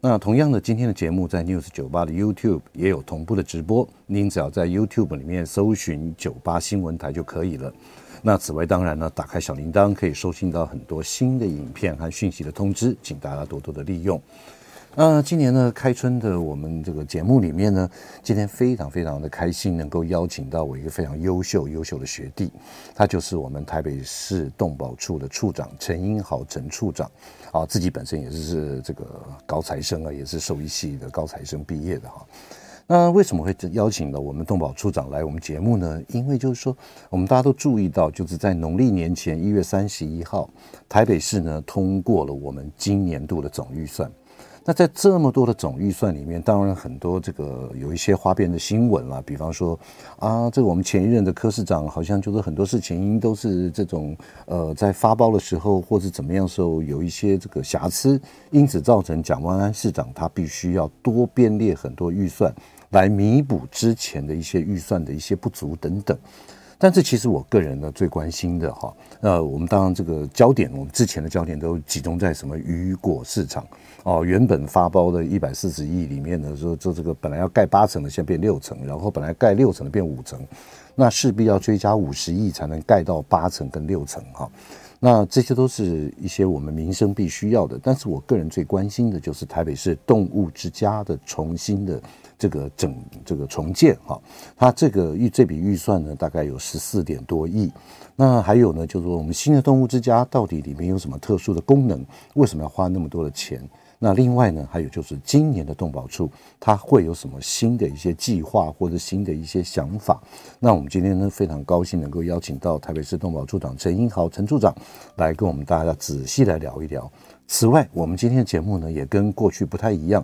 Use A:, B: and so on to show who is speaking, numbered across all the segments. A: 那同样的，今天的节目在 News 九八的 YouTube 也有同步的直播，您只要在 YouTube 里面搜寻九八新闻台就可以了。那此外，当然呢，打开小铃铛可以收听到很多新的影片和讯息的通知，请大家多多的利用。那呃今年呢，开春的我们这个节目里面呢，今天非常非常的开心，能够邀请到我一个非常优秀优秀的学弟，他就是我们台北市动保处的处长陈英豪陈处长，啊，自己本身也是是这个高材生啊，也是兽医系的高材生毕业的哈、那为什么会邀请到我们动保处长来我们节目呢？因为就是说，我们大家都注意到，就是在农历年前一月三十一号，台北市呢通过了我们今年度的总预算。那在这么多的总预算里面，当然很多这个有一些花边的新闻啦，比方说啊，这个我们前一任的柯市长好像就是很多事情都是这种呃，在发包的时候或是怎么样的时候有一些这个瑕疵，因此造成蒋万安市长他必须要多编列很多预算来弥补之前的一些预算的一些不足等等。但是其实我个人呢最关心的哈，呃，我们当然这个焦点，我们之前的焦点都集中在什么鱼果市场哦，原本发包的一百四十亿里面呢，说这这个本来要盖八层的，现在变六层，然后本来盖六层的变五层，那势必要追加五十亿才能盖到八层跟六层哈。那这些都是一些我们民生必须要的，但是我个人最关心的就是台北市动物之家的重新的这个整这个重建哈、它这个预这笔预算呢大概有十四点多亿，那还有呢就是说我们新的动物之家到底里面有什么特殊的功能，为什么要花那么多的钱？那另外呢，还有就是今年的动保处，它会有什么新的一些计划或者新的一些想法？那我们今天呢，非常高兴能够邀请到台北市动保处长陈英豪陈处长来跟我们大家仔细来聊一聊。此外，我们今天的节目呢，也跟过去不太一样。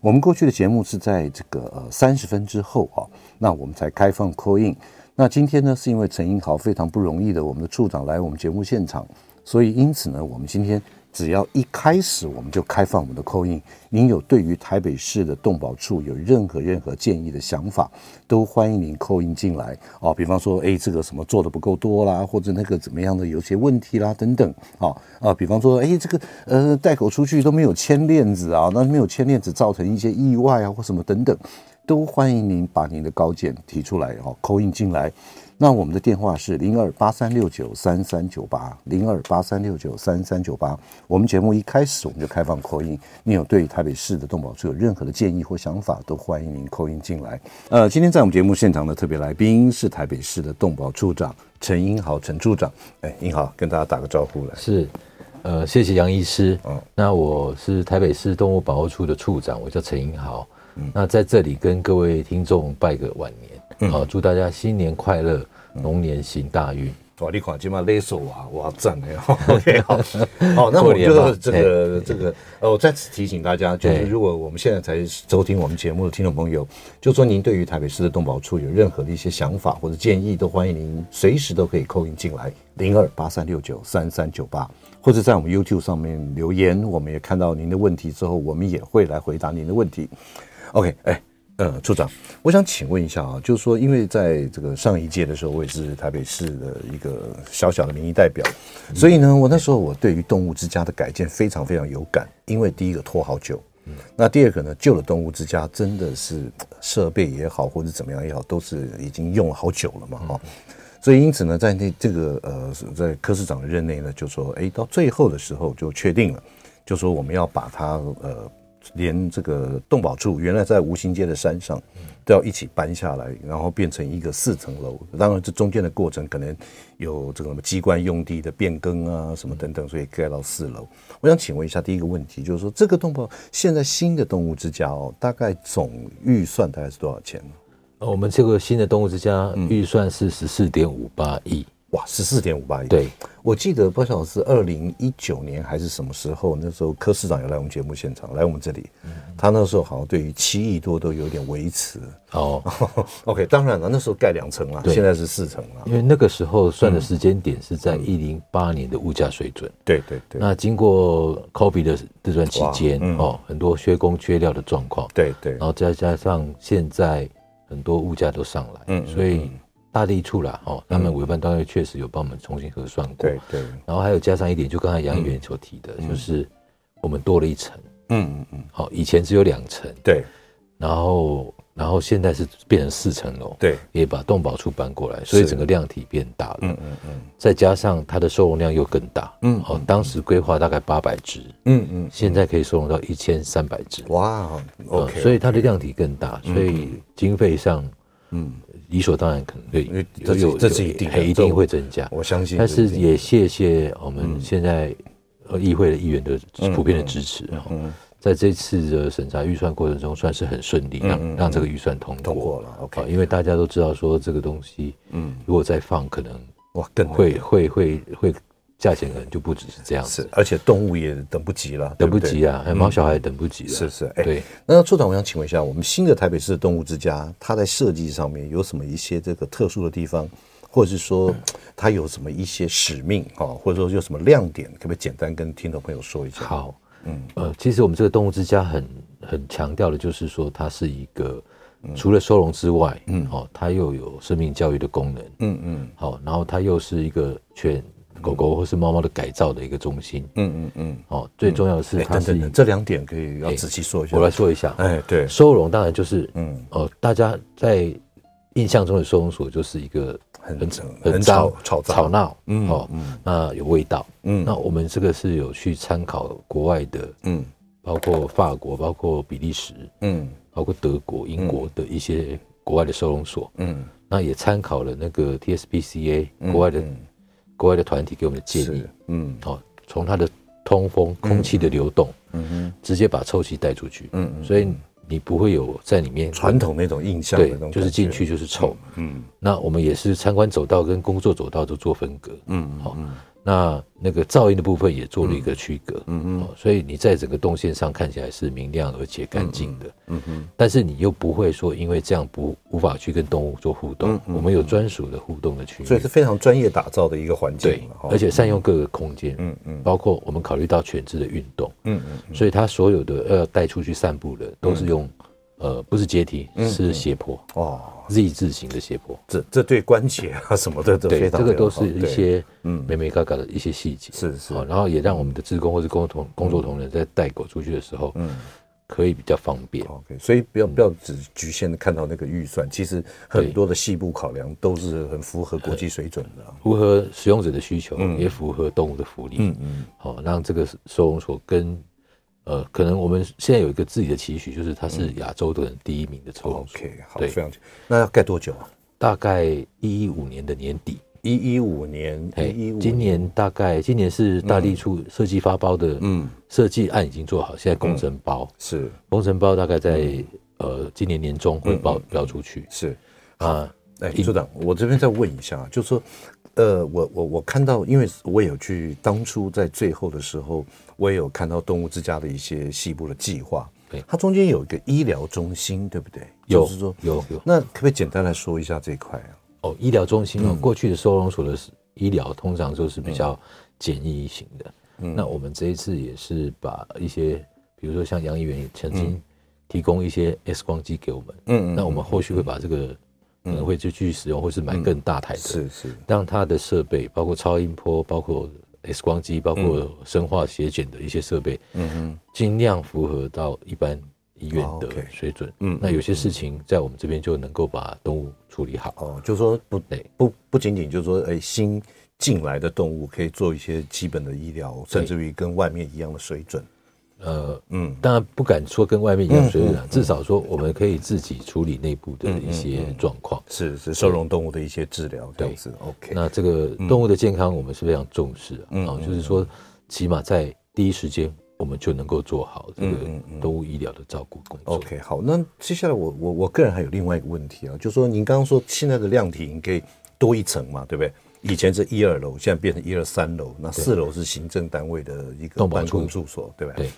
A: 我们过去的节目是在这个呃三十分之后啊，那我们才开放 call in。那今天呢，是因为陈英豪非常不容易的，我们的处长来我们节目现场，所以因此呢，我们今天只要一开始我们就开放我们的 call in。您有对于台北市的动保处有任何任何建议的想法，都欢迎您 call in 进来哦。比方说，哎，这个什么做的不够多啦，或者那个怎么样的有些问题啦等等哦啊，比方说，哎，这个呃带狗出去都没有牵链子啊，那没有牵链子造成一些意外啊或什么等等。都欢迎您把您的高见提出来哦，扣印进来。那我们的电话是零二八三六九三三九八零二八三六九三三九八。我们节目一开始我们就开放扣印，你有对台北市的动保处有任何的建议或想法，都欢迎您扣印进来。呃，今天在我们节目现场的特别来宾是台北市的动保处长陈英豪陈处长。哎，英豪跟大家打个招呼来。
B: 是，呃，谢谢杨医师。
A: 嗯
B: 那我是台北市动物保护处的处长，我叫陈英豪。
A: 嗯
B: 那在这里跟各位听众拜个晚年，好、祝大家新年快乐，
A: 嗯
B: 龙年行大运。
A: 哇，你看今嘛勒手啊，哇赞哎，OK 好，好，那我
B: 过年嘛
A: 就这个这个，呃，我再次提醒大家，就是
B: 对
A: 如果我们现在才收听我们节目的听众朋友，就说您对于台北市的动保处有任何的一些想法或者建议，都欢迎您随时都可以扣音进来，零二八三六九三三九八，或者在我们 YouTube 上面留言，我们也看到您的问题之后，我们也会来回答您的问题。OK，哎、呃，处长，我想请问一下啊，就是说，因为在这个上一届的时候，我也是台北市的一个小小的民意代表，所以呢，我那时候我对于动物之家的改建非常非常有感，因为第一个拖好久，嗯那第二个呢，旧的动物之家真的是呃设备也好，或者怎么样也好，都是已经用了好久了嘛，哈、所以因此呢，在那这个呃，在柯市长的任内呢，就说，哎，到最后的时候就确定了，就说我们要把它呃，连这个动保处原来在吴兴街的山上，都要一起搬下来，然后变成一个四层楼。当然，这中间的过程可能有这个什么机关用地的变更啊，什么等等，所以盖到四楼。我想请问一下，第一个问题就是说，这个动保现在新的动物之家哦，大概总预算大概是多少钱呢？
B: 呃，我们
A: 嗯
B: 这个新的动物之家预算是十四点五八亿，
A: 哇，十四点五八亿。
B: 对，
A: 我记得不晓得是二零一九年还是什么时候，那时候柯市长有来我们节目现场，来我们这里，他那时候好像对于七亿多都有点维持。
B: 哦，
A: OK，当然了，那时候盖两层啦，
B: 对
A: 现在是四层啦
B: 因。为那个时候
A: 嗯
B: 算的时间点是在一零八年的物价水准。
A: 对对嗯对，
B: 那经过 COVID 的这段期间
A: 哇、嗯
B: 哦，很多缺工缺料的状况，
A: 对对
B: 然，后再加上现在很多物价都上来，
A: 嗯嗯嗯
B: 所以大力处啦，哦，他们委办单位确实有帮我们重新核算过，
A: 对嗯对，
B: 然后还有加上一点，就刚才杨元所提的，就是我们多了一层，
A: 嗯嗯嗯，
B: 好，以前只有两层，
A: 对
B: 然后然后现在是变成四层楼，
A: 对，
B: 也把动保处搬过来，所以
A: 是
B: 整个量体变大了，
A: 嗯嗯嗯
B: 再加上它的收容量又更大，
A: 嗯
B: 哦，当时规划大概八百只，
A: 嗯嗯，
B: 现在可以收容到一千三百只，
A: 哇
B: 呃
A: ，OK，嗯
B: 所以它的量体更大，所以经费上，嗯，理所当然可能
A: 因
B: 会
A: 为这是
B: 有
A: 这是
B: 有
A: 一定的
B: 还一
A: 这
B: 定
A: 种
B: 会增加，
A: 我相信，
B: 但是也谢谢我们
A: 嗯
B: 现在呃议会的议员的普遍的支持
A: 嗯
B: 哦在这次的审查预算过程中，算是很顺利，让让这个预算通
A: 嗯
B: 过
A: 通过了，OK
B: 啊因为大家都知道说这个东西，嗯，如果再放，可能
A: 哇更会
B: 哦会会会会价钱可能就不只是这样
A: 是
B: 子，，
A: 而且动物也等不及了，
B: 等不
A: 对对
B: 及啊，哎毛小孩等不及了，
A: 是是，哎、
B: 对。
A: 那处长，我想请问一下，我们新的台北市的动物之家，它在设计上面有什么一些这个特殊的地方，或者是 说它有什么一些使命啊、哦或者说有什么亮点，可不可以简单跟听众朋友说一下？，
B: 好，嗯，呃，其实我们这个动物之家很很强调的就是说，它是一个除了收容之外，嗯，哦，它又有生命教育的功能，
A: 嗯嗯
B: 好、然后它又是一个全狗狗或是猫猫的改造的一个中心，
A: 嗯嗯嗯，
B: 哦，最重要的是
A: 哎、
B: 它
A: 等
B: 是
A: 等
B: 一个，
A: 等，这两点可以要仔细说一下。
B: 我来，说一下，
A: 哎、对，
B: 收容当然就是，
A: 嗯
B: 嗯，哦，大家在印象中的收容所就是一个
A: 很很
B: 很
A: 吵
B: 吵
A: 吵杂
B: 吵闹，
A: 嗯
B: 嗯，哦，那有味道，
A: 嗯
B: 嗯，那我们这个是有去参考国外的，
A: 嗯
B: 包括法国、包括比利时、
A: 嗯
B: 包括德国、英国的一些国外的收容所，
A: 嗯，
B: 那也参考了那个 TSPCA 国外的、国外的团体给我们的建议
A: 嗯是，，嗯
B: 哦，从它的通风、空气的流动，
A: 嗯哼
B: 直接把臭气带出去，
A: 嗯嗯，
B: 所以你不会有在里面
A: 传统那种印象的那种
B: 对，就是
A: 感
B: 进
A: 觉，
B: 去就是臭。
A: 嗯
B: 那我们也是参观走道跟工作走道都做分隔，
A: 嗯
B: 好、那那个噪音的部分也做了一个区隔，嗯嗯、哦，所以你在整个动线上看起来是明亮而且干净的，嗯嗯，但是你又不会说因为这样不无法去跟动物做互动，我们有专属的互动的区域，
A: 嗯所以是非常专业打造的一个环境
B: 对
A: 了，哈
B: 而且善用各个空间，
A: 嗯嗯
B: 包括我们考虑到犬只的运动，
A: 嗯嗯
B: 所以它所有的要带出去散步的都是用，呃，不是阶梯，
A: 嗯
B: 是斜坡、
A: 哦。
B: z 字形的斜坡，
A: 这这对关节啊什么的都非
B: 对，
A: 常
B: 这个都
A: 非常好
B: 是
A: 嗯
B: 一些美美嘎嘎的一些细节，
A: 是是
B: 好然后也让我们的职工或是工同工作同仁在带狗出去的时候，嗯，可以比较方便
A: 对。OK，所以不
B: 嗯
A: 要不要只局限的看到那个预算，其实很多的细部考量都是很符合国际水准的啊。
B: 符合使用者的需求，
A: 嗯
B: 也符合动物的福利。嗯嗯，好、让这个收容所跟呃，可能我们现在有一个自己的期许，就是它是亚洲的第一名的收容所。
A: 嗯 OK，好，
B: 对
A: 非常那要盖多久啊？
B: 大概一五年的年底，
A: 一一五年，一一五
B: 哎今年大概今年是大力处设计发包的，嗯，设计案已经做好，现在
A: 嗯
B: 工程包，
A: 是
B: 工程包大概在、呃今年年中会包标出去
A: 嗯是。
B: 啊。
A: 哎，处长，我这边再问一下，就说，呃，我我我看到，因为我有去当初在最后的时候，我也有看到动物之家的一些细部的计划
B: 对，
A: 它中间有一个医疗中心，对不对？
B: 有
A: 就是说
B: 有有
A: 那可不可以简单来说一下这一块啊？
B: 哦，医疗中心哦，
A: 嗯
B: 过去的收容所的医疗通常就是比较简易型的。
A: 嗯
B: 那我们这一次也是把一些，比如说像杨议员也曾经提供一些 X 光机给我们，
A: 嗯嗯
B: 那我们后续会把这个可能会就去使用，或是买更大台的，
A: 是是，
B: 让它的设备包括超音波，包括 X 光机，包括生化血检的一些设备，
A: 嗯嗯
B: 尽量符合到一般医院
A: 哦
B: 的
A: ，OK
B: 水准。
A: 嗯
B: 那有些事情在我们这边就能够把动物处理好。
A: 哦，就说不
B: 对
A: 不不仅仅就是说，哎，新进来的动物可以做一些基本的医疗，甚至于跟外面一样的水准。
B: 呃，
A: 嗯，
B: 当然不敢说跟外面一样水准啊，至少说我们可以自己处理内部的一些状况。
A: 是是，收容动物的一些治疗这样子。OK，
B: 那这个动物的健康，我们是非常重视啊，
A: 嗯
B: 啊就是说，起码在第一时间，我们就能够做好这个动物医疗的照顾工
A: 嗯
B: 作。
A: OK，好，那接下来我我我个人还有另外一个问题啊，就说您刚刚说现在的量体应该多一层嘛，对不对？以前是一二楼，现在变成一二三楼，那四楼是行政单位的一个
B: 动保
A: 办公
B: 处
A: 住所，对吧？
B: 对。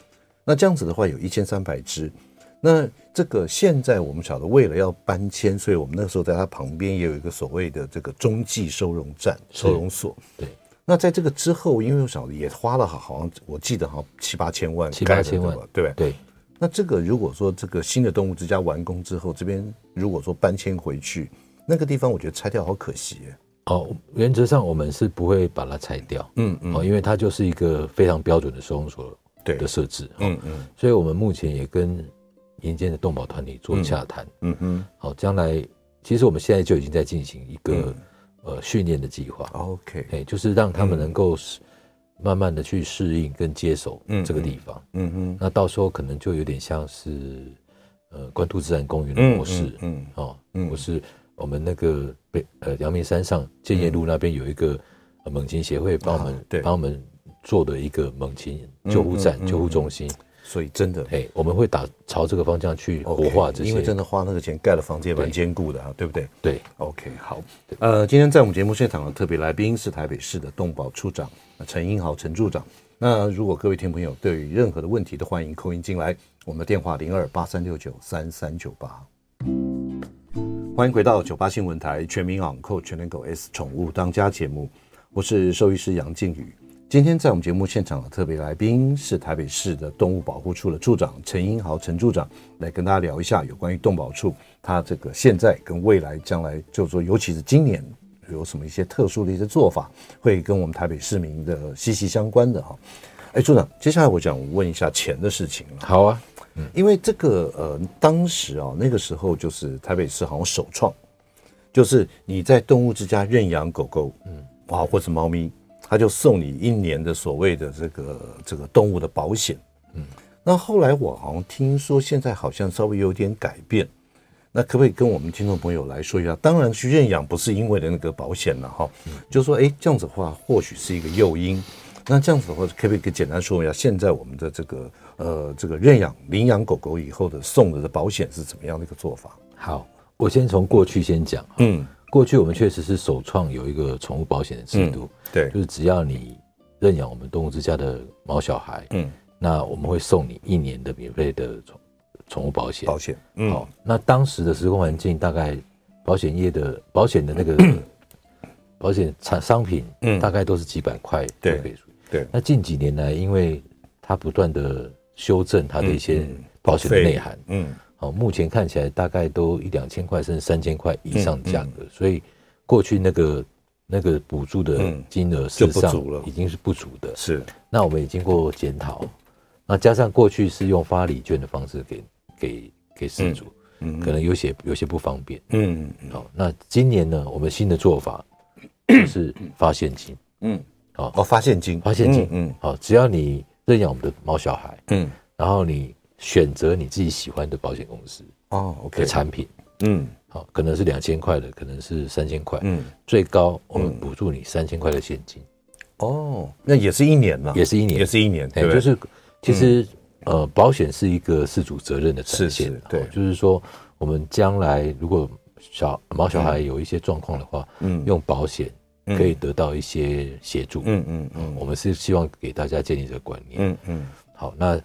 A: 那这样子的话，有一千三百只。那这个现在我们晓得，为了要搬迁，所以我们那时候在它旁边也有一个所谓的这个中继收容站、收容所。
B: 对，
A: 那在这个之后，因为我晓得也花了好好像我记得好像七八千万
B: 七
A: 盖的，
B: 八千万
A: 对吧？对吧
B: 对，
A: 那这个如果说这个新的动物之家完工之后，这边如果说搬迁回去，那个地方我觉得拆掉好可惜耶。
B: 哦，原则上我们是不会把它拆掉，
A: 嗯
B: 哦，因为它就是一个非常标准的收容所
A: 对
B: 的，设置，
A: 嗯嗯
B: 所以我们目前也跟民间的动保团体做
A: 嗯
B: 洽谈，
A: 嗯哼
B: 好、将来其实我们现在就已经在进行一个、
A: 嗯哦
B: 呃训练的计划，
A: ，OK，
B: 哎、就是让
A: 嗯
B: 他们能够适慢慢的去适应跟接手
A: 嗯
B: 这个地方，
A: 嗯哼，
B: 那到时候可能就有点像是呃关渡自然公园的模式，
A: 嗯
B: 哦，
A: 嗯
B: 不是我们那个北呃阳明山上建业路那边有一个呃猛禽协会帮
A: 嗯
B: 我
A: 啊
B: 们
A: 对
B: 帮我们做的一个猛禽救护站、
A: 嗯嗯嗯
B: 救护中心，
A: 所以真的
B: 哎、我们会打朝这个方向去
A: OK，
B: 活化这些，
A: 因为真的花那个钱盖了房子也蛮
B: 对
A: 坚固的啊，对不对？
B: 对
A: OK，好，呃，今天在我们节目现场的特别来宾是台北市的动保处长呃陈英豪陈处长。那如果各位听众朋友对于任何的问题都欢迎扣音进来，我们的电话零二八三六九三三九八。欢迎回到九八新闻台《全民养扣全能狗 S 宠物当家》节目，我是兽医师杨靖宇。今天在我们节目现场的特别来宾是台北市的动物保护处的处长陈英豪陈处长，来跟大家聊一下有关于动保处它这个现在跟未来将来，就是说尤其是今年有什么一些特殊的一些做法，会跟我们台北市民的息息相关的哈。哎，处长，接下来我想问一下钱的事情了。
B: 好啊，
A: 因为这个呃，当时啊，那个时候就是台北市好像首创，就是你在动物之家认养狗狗，嗯，啊，或是猫咪，他就送你一年的所谓的这个这个动物的保险，嗯，那后来我好像听说现在好像稍微有点改变，那可不可以跟我们听众朋友来说一下？当然去认养不是因为的那个保险了哈，就说哎这样子的话或许是一个诱因。那这样子的话，可不可以简单说一下现在我们的这个呃这个认养领养狗狗以后的送的保险是怎么样的一个做法？
B: 好，我先从过去先讲，
A: 嗯，
B: 过去我们确实是首创有一个宠物保险的制度，
A: 对
B: 就，是只要你认养我们动物之家的猫小孩，
A: 嗯，
B: 那我们会送你一年的免费的宠宠物保险。
A: 保险，嗯，
B: 好，那当时的时空环境大概保险业的保险的那个 保险产商品，
A: 嗯
B: 大概都是几百块就
A: 对
B: 可以出。
A: 对，
B: 那近几年来，因为它不断的修正它的一些
A: 嗯嗯
B: 保险的内涵，
A: 嗯
B: 好、目前看起来大概都一两千块甚至三千块以上的价格，
A: 嗯
B: 所以过去那个那个补助的
A: 嗯
B: 金额
A: 就
B: 事
A: 不
B: 实上
A: 足了
B: 已经是不足的。
A: 是，
B: 那我们也经过检讨，那加上过去是用发礼券的方式给给给事主，
A: 嗯
B: 可能有些有些不方便。
A: 嗯嗯
B: 好、那今年呢，我们新的 做法就是发现金，
A: 嗯，
B: 好
A: 哦，发现金，
B: 发现金，
A: 嗯
B: 好、只要你认养我们的猫小孩，
A: 嗯，嗯
B: 然后你选择你自己喜欢的保险公司
A: 哦
B: 的
A: ，OK，
B: 产品，
A: 嗯
B: 好、可能是两千块的，可能是三千块，
A: 嗯，
B: 最高我们补助你三千块的现金，
A: 哦，那也是一年了，
B: 也是一年，
A: 嗯也是一年，
B: 哎、
A: 对不对，嗯
B: 就是其实、呃，保险是一个事主责任的呈现，
A: 是是对
B: 哦就是说我们将来如果小毛小孩有一些状况的话，
A: 嗯
B: 用保险
A: 嗯
B: 可以得到一些协助。
A: 嗯嗯
B: 嗯
A: 嗯
B: 我们是希望给大家建立这个观念。
A: 嗯嗯，
B: 好，那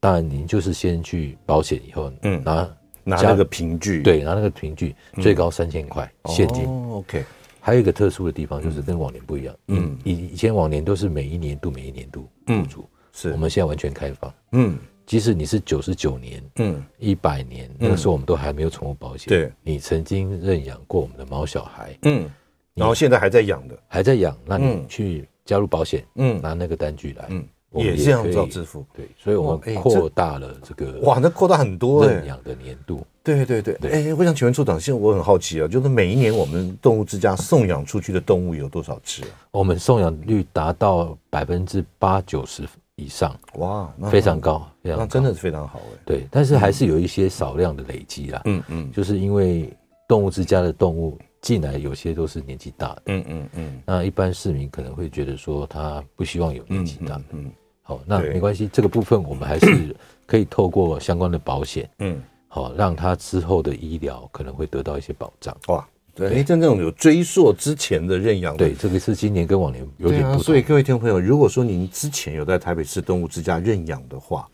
B: 当然您就是先去保险以后，
A: 嗯
B: 拿
A: 拿
B: 加
A: 那个凭据，
B: 对拿那个凭据，最高三千块
A: 哦，
B: 现金。
A: ，OK，
B: 还有一个特殊的地方就是跟往年不一样，
A: 嗯
B: 嗯，以以前往年都是每一年度每一年度补助，
A: 是
B: 嗯我们现在完全开放，
A: 嗯
B: 即使你是九十九年、
A: 嗯
B: 一百年，那个时候我们都还没有宠物保险。
A: 对，
B: 你曾经认养过我们的猫小孩，
A: 嗯，然后现在还在养的，
B: 还在养，那你
A: 嗯
B: 去加入保险，
A: 嗯
B: 拿那个单据来，
A: 嗯
B: 我们
A: 也这样
B: 可以
A: 照支付
B: 对，所以我
A: 哇哎
B: 们扩大了这个
A: 哇，那扩大很多哎
B: 认。养的年度。
A: 对对对，哎、我想请问处长，现在我很好奇啊，就是每一年我们动物之家送养出去的动物有多少只啊？
B: 我们送养率达到百分之八九十以上，
A: 哇，那
B: 非常，高，非
A: 嗯
B: 常
A: 那
B: 高
A: 真的是非常好哎、
B: 对，但是还是有一些少量的累积啦，
A: 嗯嗯
B: 就是因为动物之家的动物进来有些都是年纪大的。
A: 嗯嗯嗯
B: 那一般市民可能会觉得说他不希望有年纪大的，
A: 嗯
B: 好，那
A: 对
B: 没关系，这个部分我们还 是可以透过相关的保险，
A: 嗯，
B: 好，让他之后的医疗可能会得到一些保障。
A: 哇，对，哎，像这种有追溯之前的认养，
B: 对，这个是今年跟往年有
A: 对
B: 点
A: 啊。
B: 不
A: 所
B: 同
A: 以。各位听众朋友，如果说您之前有在台北市动物之家认养的话，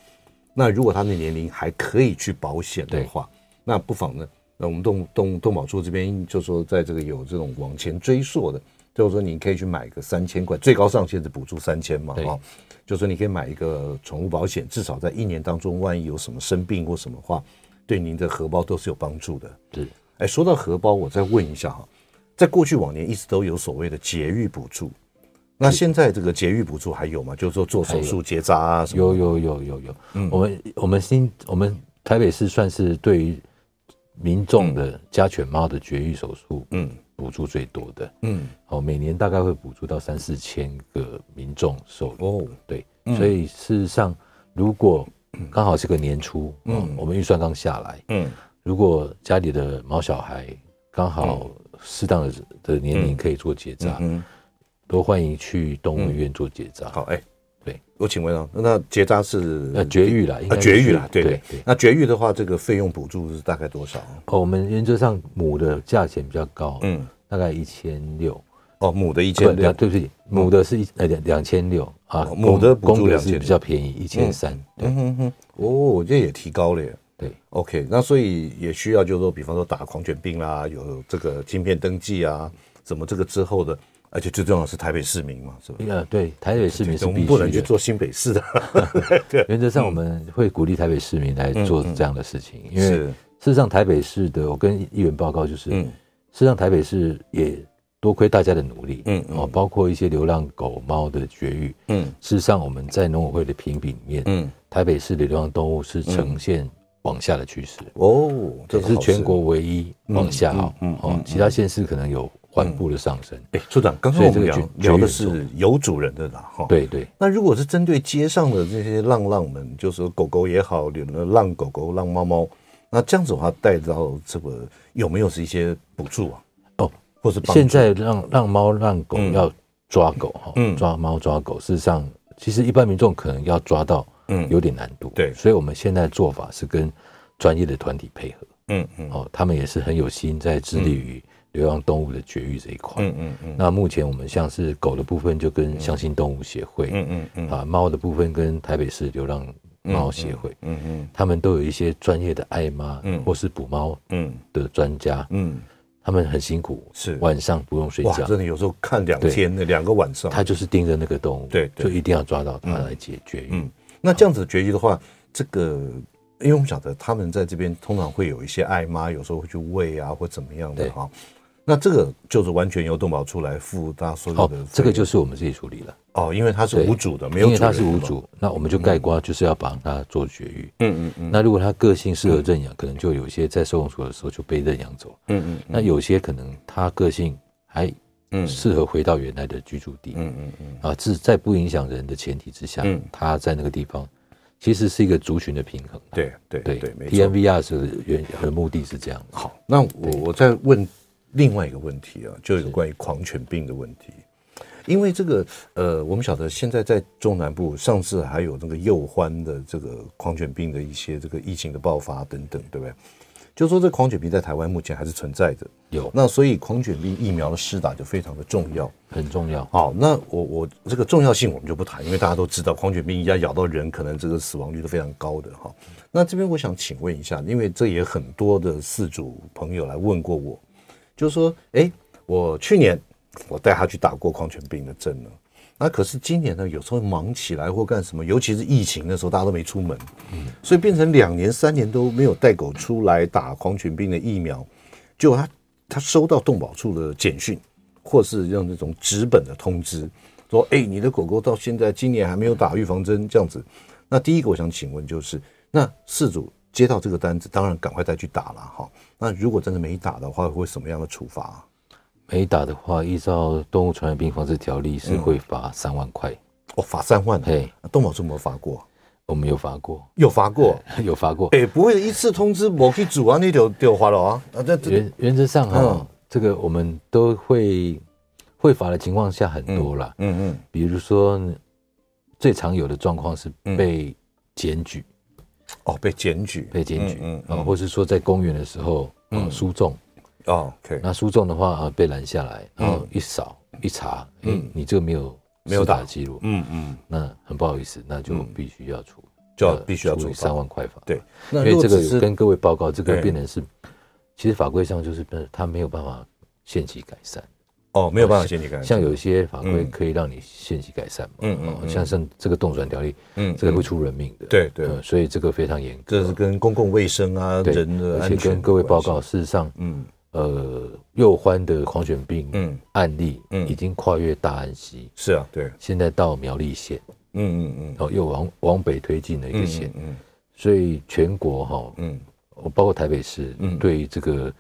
A: 那如果他的年龄还可以去保险的话，那不妨呢，那我们动动动保处这边就说，在这个有这种往前追溯的，就是说您可以去买个三千块，最高上限是补助三千嘛，
B: 对
A: 哦，就说你可以买一个宠物保险，至少在一年当中，万一有什么生病或什么话，对您的荷包都是有帮助的。
B: 是
A: 哎，说到荷包，我再问一下哈，在过去往年一直都有所谓的节育补助，那现在这个节育补助还有吗？就是说做手术结扎啊什么？
B: 有有有有有，
A: 嗯
B: 我们我们新我们台北市算是对于民众
A: 嗯
B: 的家犬猫的绝育手术，嗯，补助最多的，
A: 嗯，
B: 哦，每年大概会补助到三四千个民众受理，
A: 哦，
B: 对，所以事实上，如果刚好是个年初，嗯，我们预算刚下来，
A: 嗯
B: 如果家里的毛小孩刚好适当的的年龄可以做结扎，
A: 嗯，
B: 都欢迎去动物医院做结扎，
A: 好，哎，
B: 啊对，
A: 我请问啊，那结扎是
B: 呃，绝育啦，应
A: 啊
B: 该
A: 绝育啦，
B: 是
A: 对
B: 对
A: 对
B: 对。
A: 那绝育的话，这个费用补助是大概多少？啊
B: 哦，我们原则上母的价钱比较高，
A: 嗯，
B: 大概一千六，
A: 哦，母的一
B: 不
A: 千
B: 两
A: 六，
B: 呃对不啊起，母的是一呃两两千六啊
A: 哦，母的补助
B: 公的
A: 2600
B: 是比较便宜，一千三，对
A: 嗯哼哼，哦，这也提高了耶。
B: 对
A: OK，那所以也需要就是说，比方说打狂犬病啦，有这个晶片登记啊，什么这个之后的，而且最重要的是台北市民嘛，是吧？
B: 呃对，台北市民是
A: 我们
B: 必
A: 不能去
B: 须的。
A: 做新北市的，
B: 原则上我们会鼓励台北市民来做这样的事情，因为
A: 嗯是
B: 事实上台北市的，我跟议员报告就是，
A: 嗯
B: 事实上台北市也多亏大家的努力，
A: 嗯
B: 哦，包括一些流浪狗猫的绝育，
A: 嗯
B: 事实上我们在农委会的评比里面，
A: 嗯，
B: 台北市的流浪动物是呈现往下的趋势。
A: 哦，这
B: 这
A: 个
B: 是
A: 好事
B: 全。国唯一往下哦，
A: 嗯嗯嗯
B: 哦，其他县市可能有缓步的上升。
A: 哎，处长，刚刚
B: 所以
A: 我们
B: 这个
A: 聊
B: 绝
A: 聊的
B: 绝
A: 是有主人的啦，哈。。
B: 对对，
A: 那如果是针对街上的这些浪浪们，就是说狗狗也好，浪狗狗、浪猫猫，那这样子的话，带到这个有没有是一些补助啊，
B: 哦，
A: 或是帮助
B: 现在让让猫让狗要抓狗哈，
A: 嗯
B: 抓猫抓狗，事实上其实一般民众可能要抓到，
A: 嗯
B: 有点难度。
A: 对
B: 所以我们现在做法是跟专业的团体配合，
A: 嗯嗯
B: 哦，他们也是很有心在致力于流浪动物的绝育这一块。
A: 嗯嗯嗯
B: 那目前我们像是狗的部分就跟相信动物协会，
A: 嗯嗯嗯
B: 啊，猫的部分跟台北市流浪猫协会，
A: 嗯嗯
B: 他们都有一些专业的爱妈，
A: 嗯
B: 或是捕猫
A: 嗯
B: 的专家，
A: 嗯，
B: 他们很辛苦，
A: 是
B: 晚上不用睡
A: 哇，
B: 觉，
A: 真的有时候看两
B: 对
A: 天的两个晚上，
B: 他就是盯着那个动物，
A: 对对
B: 就一定要抓到它来解决。
A: 嗯，那这样子绝育的话，这个因为我们晓得他们在这边通常会有一些爱妈，有时候会去喂啊或怎么样的
B: 对
A: 哈。那这个就是完全由动保处来负担所有
B: 好
A: 的费用、，
B: 这个就是我们自己处理了，
A: 哦，因为它是
B: 对
A: 无主的，没有
B: 因
A: 主
B: 为
A: 人
B: 它是无
A: 的嘛，
B: 主，那我们就盖瓜，就是要帮它做绝育。
A: 嗯嗯嗯
B: 那如果它个性适合认养，可能就有些在收容所的时候就被认养走，
A: 嗯嗯
B: 那有些可能它个性还
A: 嗯
B: 适合回到原来的居住地。
A: 嗯嗯嗯，
B: 啊，是在不影响人的前提之下，
A: 嗯
B: 他在那个地方其实是一个族群的平衡啊。
A: 对对
B: 对
A: 对，没错。
B: ，TNVR 是原的目的是这样。
A: 好，那我我再问另外一个问题啊，就有关于狂犬病的问题，因为这个呃，我们晓得现在在中南部，上次还有那个幼獾的这个狂犬病的一些这个疫情的爆发等等，对不对？就说这狂犬病在台湾目前还是存在的，
B: 有
A: 那所以狂犬病疫苗的施打就非常的重要。
B: 很重要，
A: 好，那我我这个重要性我们就不谈，因为大家都知道狂犬病一旦咬到人，可能这个死亡率都非常高的哈。那这边我想请问一下，因为这也很多的饲主朋友来问过我，就是说，哎，我去年我带他去打过狂犬病的针了，那可是今年呢，有时候忙起来或干什么，尤其是疫情的时候，大家都没出门，所以变成两年三年都没有带狗出来打狂犬病的疫苗，结果他他收到动保处的简讯，或是用那种纸本的通知，说：“哎、你的狗狗到现在今年还没有打预防针，这样子。”那第一个我想请问就是，那事主接到这个单子，当然赶快再去打了哈。那如果真的没打的话，会什么样的处罚、
B: 没打的话，依照《动物传染病防治条例》是
A: 嗯
B: 会罚三万块。
A: 哦，罚三万，
B: 嘿，
A: 动保处有没有罚过？
B: 我们有罚过，
A: 有罚过。
B: 有罚过。
A: 哎、不会一次通知我去煮啊，那就就罚了啊。啊，这这，
B: 原原则上哈、
A: 嗯
B: 这个我们都会会罚的情况下很多啦，
A: 嗯
B: 比如说最常有的状况是
A: 嗯
B: 被检举，
A: 嗯，哦，被检举，
B: 被检举，
A: 嗯
B: 啊、或是说在公园的时候，啊、
A: 嗯
B: 输送，
A: 哦，OK，
B: 那输送的话啊，被拦下来，然后一扫一查，哎，你这个没有
A: 嗯没有
B: 施
A: 打
B: 打记录，
A: 嗯嗯，
B: 那很不好意思，那就必须要处，呃
A: 就要必须要
B: 处
A: 处
B: 以三
A: 罚。
B: 万块罚。，
A: 对，
B: 因
A: 那
B: 为
A: 如果
B: 这个
A: 只
B: 有
A: 是
B: 跟各位报告，这个
A: 对
B: 变成是，其实法规上就是呃他没有办法限期改善，
A: 哦没有办法先你看，
B: 像有一些法规
A: 嗯
B: 可以让你限期改善嘛，
A: 嗯嗯
B: 哦
A: 嗯
B: 像像这个动转条例，
A: 嗯
B: 这个会
A: 嗯
B: 出人命的，
A: 对对
B: 呃所以这个非常严格，
A: 这是跟公共卫生啊、
B: 对
A: 人的
B: 而
A: 安
B: 且
A: 全
B: 跟各位
A: 有
B: 报
A: 关系
B: 告，，事实上，
A: 嗯
B: 呃，右欢的狂犬病
A: 嗯
B: 案例
A: 嗯
B: 已经跨越大安溪，
A: 是啊，对，
B: 现在到苗栗县，
A: 嗯嗯嗯
B: 然，后又往往北推进了一
A: 嗯
B: 个县，
A: 嗯
B: 所以全国哈，
A: 嗯
B: 我包括台北市
A: 嗯，
B: 对于这个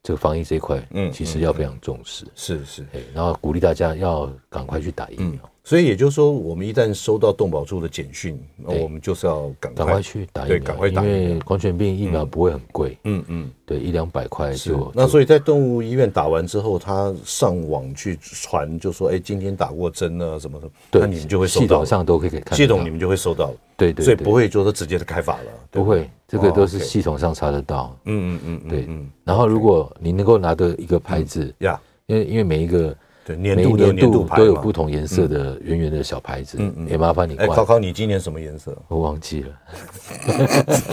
B: 这个防疫这一块
A: 嗯，
B: 其实要非常重视，
A: 是是，
B: 哎，然后鼓励大家要赶快去打疫
A: 嗯
B: 苗，，
A: 所以也就是说，我们一旦收到动保处的简讯，那
B: 对
A: 我们就是要赶
B: 赶
A: 快
B: 快，去打
A: 对
B: 疫
A: 赶
B: 苗，
A: 快打
B: 因
A: 疫
B: 为狂犬病疫苗不会很贵，
A: 嗯嗯，
B: 对，一两百块
A: 是
B: 哦就。
A: 那
B: 就
A: 所以在动物医院打完之后，他上网去传，就说哎，今天打过针啊什么什么，
B: 对
A: 那你们就会收
B: 系
A: 到
B: 统
A: 了，
B: 上都可以看得到，
A: 系统你们就会收到了，
B: 对对，
A: 所以
B: 对
A: 不会就是直接的开法了，对
B: 不
A: 吧，
B: 会，这个都
A: 哦
B: 是
A: ，OK
B: 系统上查得到。
A: 嗯嗯嗯嗯，
B: 对
A: 嗯，
B: 然后如果你能够拿得一个牌子，
A: 呀，
B: 因为因为每一个
A: 对，
B: 每
A: 年
B: 一
A: 度的
B: 年
A: 年度
B: 度
A: 牌
B: 都有
A: 嘛嗯
B: 不同颜色的圆圆的小牌子，也麻烦你
A: 哎，考
B: 挂。
A: 考你今年什么颜色
B: 我忘记了，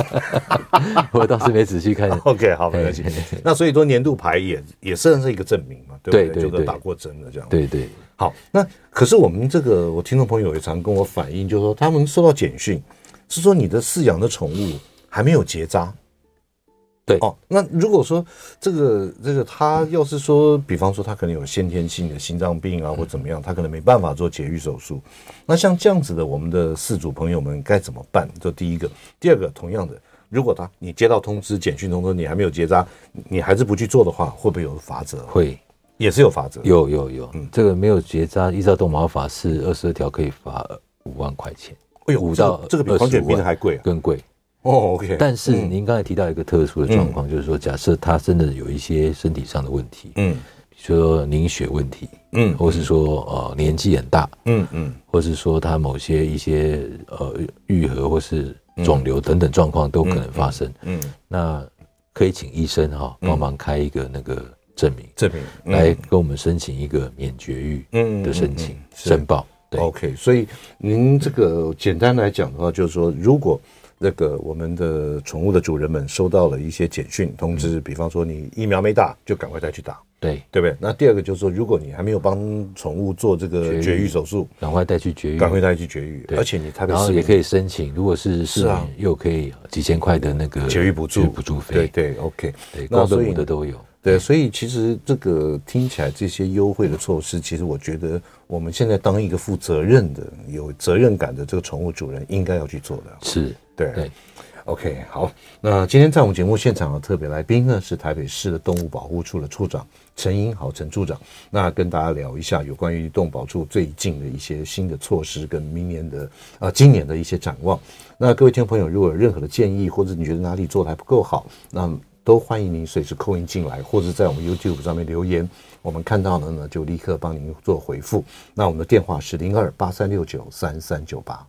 B: 我倒是没仔细看。
A: ？OK，好，没关系。那所以说年度牌也也算是一个证明嘛，对不
B: 对对
A: 就是
B: 对
A: 打过针的这样。，
B: 对对，
A: 好，那可是我们这个我听众朋友也常跟我反映，就是说他们收到简讯是说你的饲养的宠物还没有结扎。
B: 对
A: 哦，那如果说这个这个他要是说，比方说他可能有先天性的心脏病啊，或怎么样，他可能没办法做节育手术。那像这样子的，我们的饲主朋友们该怎么办？这第一个，第二个，同样的，如果他你接到通知、简讯通知，你还没有结扎，你还是不去做的话，会不会有罚则？
B: 会
A: 也是有罚则。
B: 有有有，
A: 嗯
B: 这个没有结扎，依照动毛法是二十二条可以罚五万块钱，
A: 哎呦，
B: 五
A: 这个
B: 到
A: 这个比狂犬病的还贵啊！
B: 更贵。
A: 哦，OK，
B: 但是您刚才提到一个特殊的状况，就是说，假设他真的有一些身体上的问题，
A: 嗯
B: 比如说凝血问题，
A: 嗯
B: 或是说呃年纪很大，
A: 嗯嗯
B: 或是说他某些一些呃愈合或是肿瘤等等状况都可能发生，
A: 嗯，
B: 那可以请医生哈、帮忙开一个那个证明，
A: 这边嗯
B: 来跟我们申请一个免绝育的申
A: 嗯
B: 请、
A: 嗯嗯嗯是
B: 申报。对，
A: OK，所以您这个简单来讲的话，就是说，如果那个我们的宠物的主人们收到了一些简讯通知，
B: 嗯
A: 比方说你疫苗没打，就赶快再去打，
B: 对，
A: 对不对？那第二个就是说，如果你还没有帮宠物做这个
B: 绝育
A: 绝育手术，
B: 赶快带去绝育，
A: 赶快带去绝育，
B: 对
A: 而且你台北
B: 然后
A: 市
B: 也可
A: 以
B: 以申请，如果是市
A: 是
B: 民
A: 啊
B: 又可以几千块的那个
A: 绝育补助
B: 补
A: 对
B: 助费，
A: 对 OK，
B: 对，
A: 那
B: 公的
A: 所以
B: 母的都有。
A: 对，所以其实这个听起来这些优惠的措施，其实我觉得我们现在当一个负责任的、有责任感的这个宠物主人应该要去做的。
B: 是，
A: 对
B: 对
A: o k 好，那今天在我们节目现场的特别来宾呢是台北市的动物保护处的处长陈英豪陈处长，那跟大家聊一下有关于动保处最近的一些新的措施跟明年的啊、今年的一些展望。那各位听众朋友，如果有任何的建议，或者你觉得哪里做的还不够好，那都欢迎您随时扣音进来，或者在我们 YouTube 上面留言，我们看到了呢就立刻帮您做回复。那我们的电话是零二八三六九三三九八。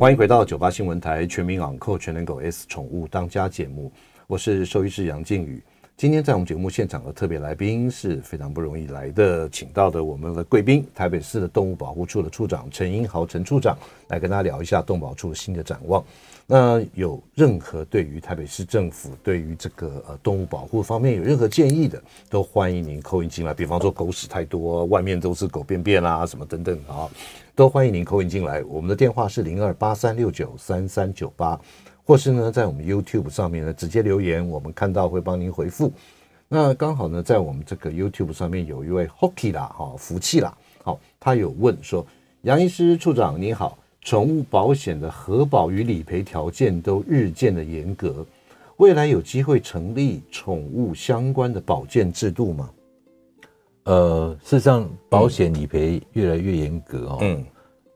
A: 欢迎回到九八新闻台《全民昂扣全能狗 S 宠物当家》节目，我是兽医师杨靖宇。今天在我们节目现场的特别来宾是非常不容易来的，请到的我们的贵宾，台北市的动物保护处的处长陈英豪陈处长来跟大家聊一下动保处的新的展望。那有任何对于台北市政府对于这个呃动物保护方面有任何建议的，都欢迎您扣音进来。比方说狗屎太多，外面都是狗便便啦、什么等等的啊，都欢迎您扣音进来。我们的电话是零二八三六九三三九八，或是呢在我们 YouTube 上面呢直接留言，我们看到会帮您回复。那刚好呢，在我们这个 YouTube 上面有一位 Hockey 啦，哈、福气啦，好、他有问说，杨医师处长您好，宠物保险的核保与理赔条件都日渐的严格，未来有机会成立宠物相关的保健制度吗？
B: 呃，事实上，保险理赔越来越严格哦，
A: 嗯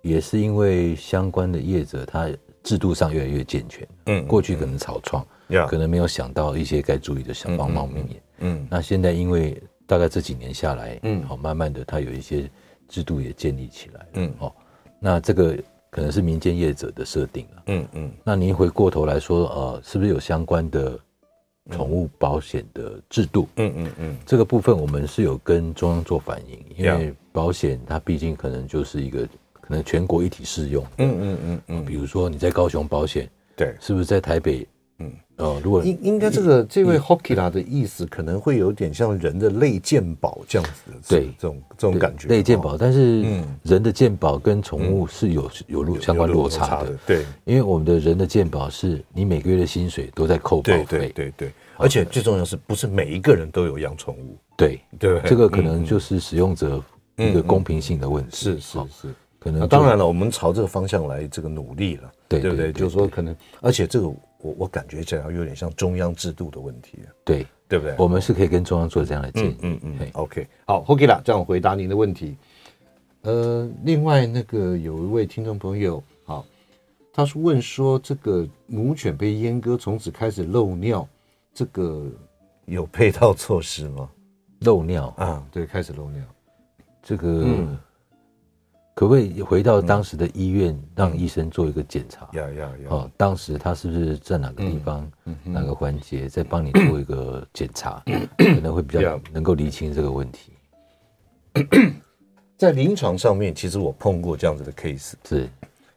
B: 也是因为相关的业者他制度上越来越健全，
A: 嗯
B: 过去可能草创，
A: 呀
B: 可能没有想到一些该注意的小帮忙名言。
A: 嗯
B: 那现在因为大概这几年下来，
A: 嗯
B: 嗯，好、慢慢的它有一些制度也建立起来了，
A: 嗯
B: 哦，那这个可能是民间业者的设定了。啊
A: 嗯嗯
B: 那您回过头来说，呃，是不是有相关的宠物保险的制度。
A: 嗯嗯嗯，
B: 这个部分我们是有跟中央做反映，因
A: Yeah
B: 为保险它毕竟可能就是一个可能全国一体适用。
A: 嗯嗯嗯嗯，
B: 比如说你在高雄保险，
A: 对，
B: 是不是在台北？
A: 嗯
B: 嗯，哦，如果
A: 应应该这个
B: 嗯
A: 这位 Hokila 的意思可能会有点像人的类鉴宝这样子的，
B: 对
A: 这种这种
B: 对
A: 感觉。
B: 类健
A: 哦
B: 保，但是
A: 嗯
B: 人的健保跟宠物是有有落相关落差的，，
A: 对
B: 因为我们的人的健保是你每个月的薪水都在扣保
A: 对对
B: 费，
A: 对对，而且最重要是不是每一个人都有养宠物？
B: 对
A: 对
B: 这个可能就是使用者一
A: 嗯
B: 个
A: 嗯
B: 公平性的问题，
A: 是是
B: 好
A: 是。
B: 可
A: 那
B: 能
A: 当然了，我们朝这个方向来这个努力了，
B: 对
A: 对不
B: 对
A: 对？
B: 对
A: 就是说，可能而且这个我我感觉起来有点像中央制度的问题，
B: 对，
A: 对不对？
B: 我们是可以跟中央做这样的建
A: 嗯
B: 议，
A: 嗯嗯
B: 嘿
A: ，OK，好 h o k i l a 这样回答您的问题。呃，另外那个有一位听众朋友，好，他是问说这个母犬被阉割，从此开始漏尿，这个有配套措施吗？
B: 漏尿
A: 啊， 对，开始漏尿。
B: 这个。
A: 嗯
B: 可不可以回到当时的医院，
A: 嗯
B: 让医生做一个检查？
A: 呀呀呀！
B: 哦，当时他是不是在哪个地方、
A: 嗯
B: 哪个环节在帮你做一个检查，可能会比
A: Yeah
B: 较能够厘清这个问题。
A: 在临床上面，其实我碰过这样子的 case，
B: 是，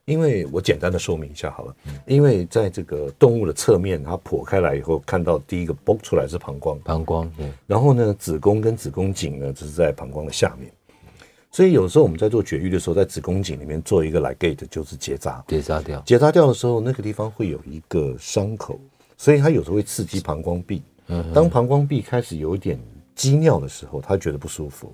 A: 因为我简单的说明一下好了。因为在这个动物的侧面，它剖开来以后，看到第一个蹦出来是膀胱，
B: 膀胱，对，
A: 然后呢，子宫跟子宫颈呢，就是在膀胱的下面。所以有时候我们在做绝育的时候，在子宫颈里面做一个 ligate，就是结扎。
B: 结扎掉，
A: 结扎掉的时候，那个地方会有一个伤口，所以它有时候会刺激膀胱壁。
B: 嗯
A: 当膀胱壁开始有一点积尿的时候，它觉得不舒服，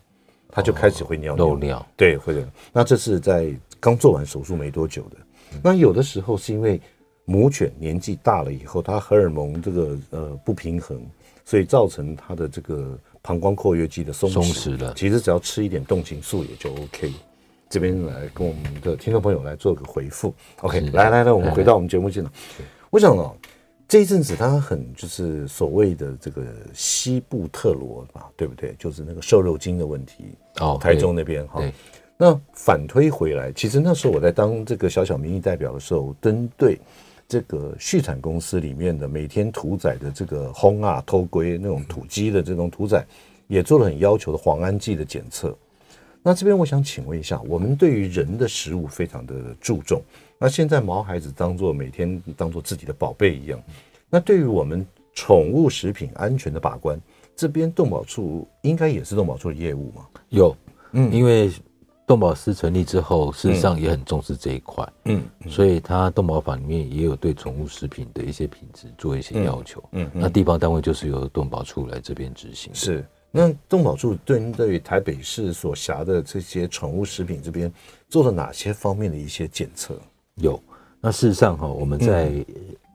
A: 它就开始会尿
B: 漏尿，
A: 对，会的。那这是在刚做完手术没多久的。那有的时候是因为母犬年纪大了以后，它荷尔蒙这个呃不平衡，所以造成它的这个膀胱括约肌的松
B: 松弛了
A: 其实只要吃一点动情素也就 OK。这边来跟我们的听众朋友来做个回复。OK，
B: 是
A: 来来来，我们回到我们节目现场。我想哦，这一阵子它很就是所谓的这个西部特罗嘛，对不对？就是那个瘦肉精的问题。
B: 哦，
A: 台中
B: 的，
A: 那边哈
B: 对。
A: 那反推回来，其实那时候我在当这个小小民意代表的时候，针对这个畜产公司里面的每天屠宰的这个轰啊、偷龟那种土鸡的这种屠宰，也做了很要求的磺胺剂的检测。那这边我想请问一下，我们对于人的食物非常的注重，那现在毛孩子当做每天当做自己的宝贝一样，那对于我们宠物食品安全的把关，这边动保处应该也是动保处的业务嘛？
B: 有，
A: 嗯
B: 因为动保司成立之后，事实上也很重视这一块，
A: 嗯，
B: 所以它动保法里面也有对宠物食品的一些品质做一些要求。
A: 嗯
B: 那地方单位就是由动保处来这边执行的。
A: 是，那动保处对应对于台北市所辖的这些宠物食品这边做了哪些方面的一些检测？
B: 有。那事实上哈、我们在
A: 嗯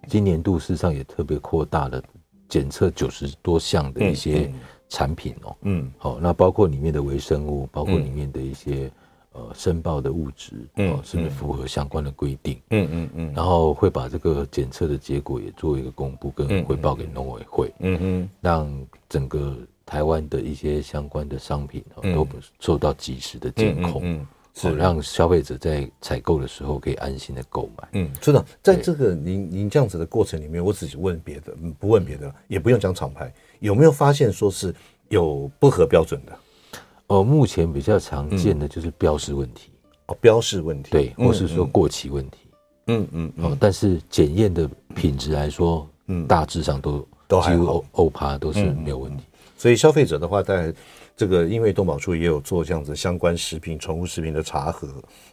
B: 今年度事实上也特别扩大了检测九十多项的一些产品哦。
A: 嗯
B: 好、那包括里面的微生物，包括里面的一些、呃申报的物质，哦，是不是符合相关的规定？
A: 嗯嗯嗯
B: 然后会把这个检测的结果也做一个公布跟汇报给农委会，
A: 嗯嗯
B: 让整个台湾的一些相关的商品、哦、都受到及时的监控，
A: 嗯，
B: 好让消费者在采购的时候可以安心的购买。
A: 嗯，村长，在这个您您这样子的过程里面，我只是问别的，嗯不问别的，也不用讲厂牌，有没有发现说是有不合标准的
B: 哦，目前比较常见的就是标识问题，
A: 哦标示问题？
B: 对，
A: 嗯
B: 或是说过期问题。
A: 嗯嗯嗯
B: 哦，但是检验的品质来说，嗯，大致上都
A: 都
B: 几
A: 还
B: 乎
A: 好嗯
B: 欧欧趴都是没有问题。
A: 所以消费者的话，在这个因为动保处也有做这样子相关食品、宠物食品的查核，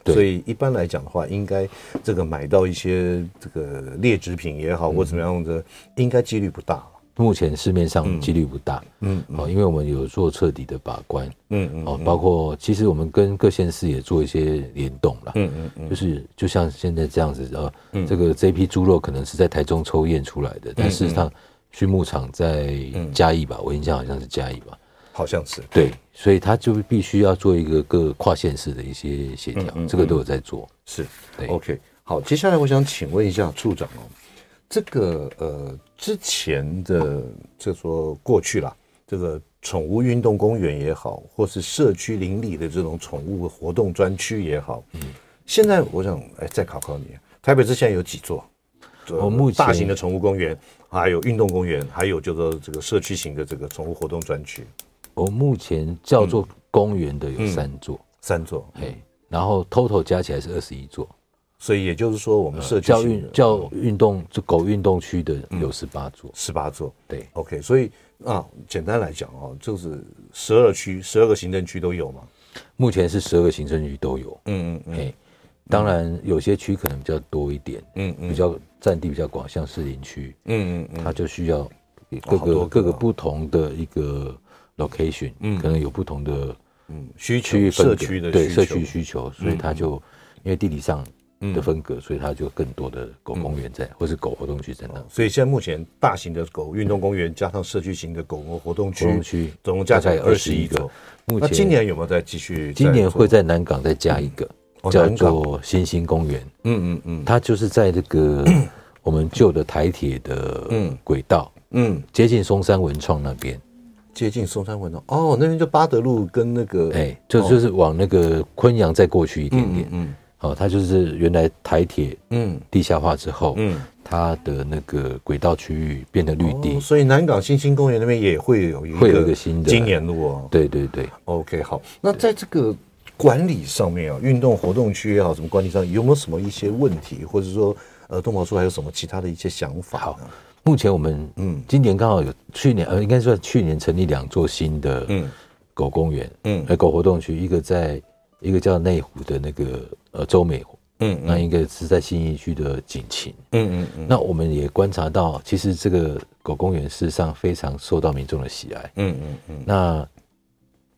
B: 对
A: 所以一般来讲的话，应该这个买到一些这个劣质品也好，或怎么样的，应该几率不大。
B: 目前市面上几率不大，嗯，哦，因为我们有做彻底的把关，
A: 嗯嗯
B: 哦，包括其实我们跟各县市也做一些联动啦，嗯嗯嗯，就是就像现在这样子，呃，
A: 嗯
B: 这个这批猪肉可能是在台中抽验出来的，但事实
A: 嗯
B: 上畜牧场在嘉义吧，我印象好像是嘉义吧，
A: 好像是。
B: 对，所以他就必须要做一个各跨县市的一些协调，
A: 嗯
B: 这个都有在做。
A: 是
B: 对
A: ，OK，好，接下来我想请问一下处长哦，这个呃之前的这说过去啦，这个宠物运动公园也好，或是社区邻里的这种宠物活动专区也好，嗯，现在我想哎再考考你，台北市现在有几座？
B: 我目前
A: 大型的宠物公园，还有运动公园，还有就是这个社区型的这个宠物活动专区，
B: 我目前叫做
A: 嗯
B: 公园的有三座，
A: 三座。
B: 嘿，然后 total 加起来是二十一座，
A: 所以也就是说，我们社区
B: 教
A: 型
B: 育
A: 的嗯
B: 教运动就狗运动区的有十八座，
A: 十八座。
B: 对，
A: OK，所以啊，简单来讲哦，就是十二区，十二个行政区都有嘛。
B: 目前是十二个行政区都有，
A: 嗯嗯
B: 嘿，当然有些区可能比较多一点，
A: 嗯嗯
B: 比较占地比较广，像士林区，
A: 嗯嗯嗯，
B: 它就需要各
A: 好多
B: 个
A: 个
B: 各个
A: 哦
B: 不同的一个 location，可
A: 嗯
B: 能有不同的
A: 需
B: 区域
A: 求
B: 分
A: 社嗯
B: 隔
A: 区的
B: 对
A: 需求，嗯
B: 社区需求，所以它就因为地理上的分隔，所以它就更多的
A: 嗯
B: 狗公园在，或是狗活动区在那。
A: 哦所以现在目前大型的狗运动公园加上社区型的狗狗活动区，
B: 活动区
A: 总共加起来
B: 大概
A: 二十
B: 21
A: 一
B: 个
A: 座。
B: 目
A: 那
B: 前
A: 今年有没有再继续再做？
B: 今年会在南港再加一个，
A: 哦
B: 叫
A: 南港
B: 做新兴公园。
A: 嗯嗯嗯
B: 它就是在这 个我们旧的台铁的轨道
A: 嗯，
B: 接近松山文创那边，
A: 接近松山文农哦，那边就八德路跟那个
B: 哎，就就是往那个昆阳再过去一点点。
A: 哦嗯
B: 哦，它就是原来台铁
A: 嗯
B: 地下化之后，
A: 嗯
B: 它的那个轨道区域变得绿地
A: 哦，所以南港新兴公园那边也会有一个
B: 会有一个新的
A: 经年路哦。
B: 对对对，
A: OK，好，那在这个管理上面啊，运动活动区也好，什么管理上有没有什么一些问题，或者说呃，东宝叔还有什么其他的一些想法？
B: 好，目前我们
A: 嗯
B: 嗯，今年刚好有去年呃，应该算去年成立两座新的
A: 嗯
B: 狗公园，
A: 嗯
B: 呃，狗活动区，一个在一个叫内湖的那个呃洲美，
A: 嗯
B: 那一个是在信义区的锦琴。
A: 嗯嗯嗯
B: 那我们也观察到，其实这个狗公园事实上非常受到民众的喜爱，
A: 嗯嗯嗯
B: 那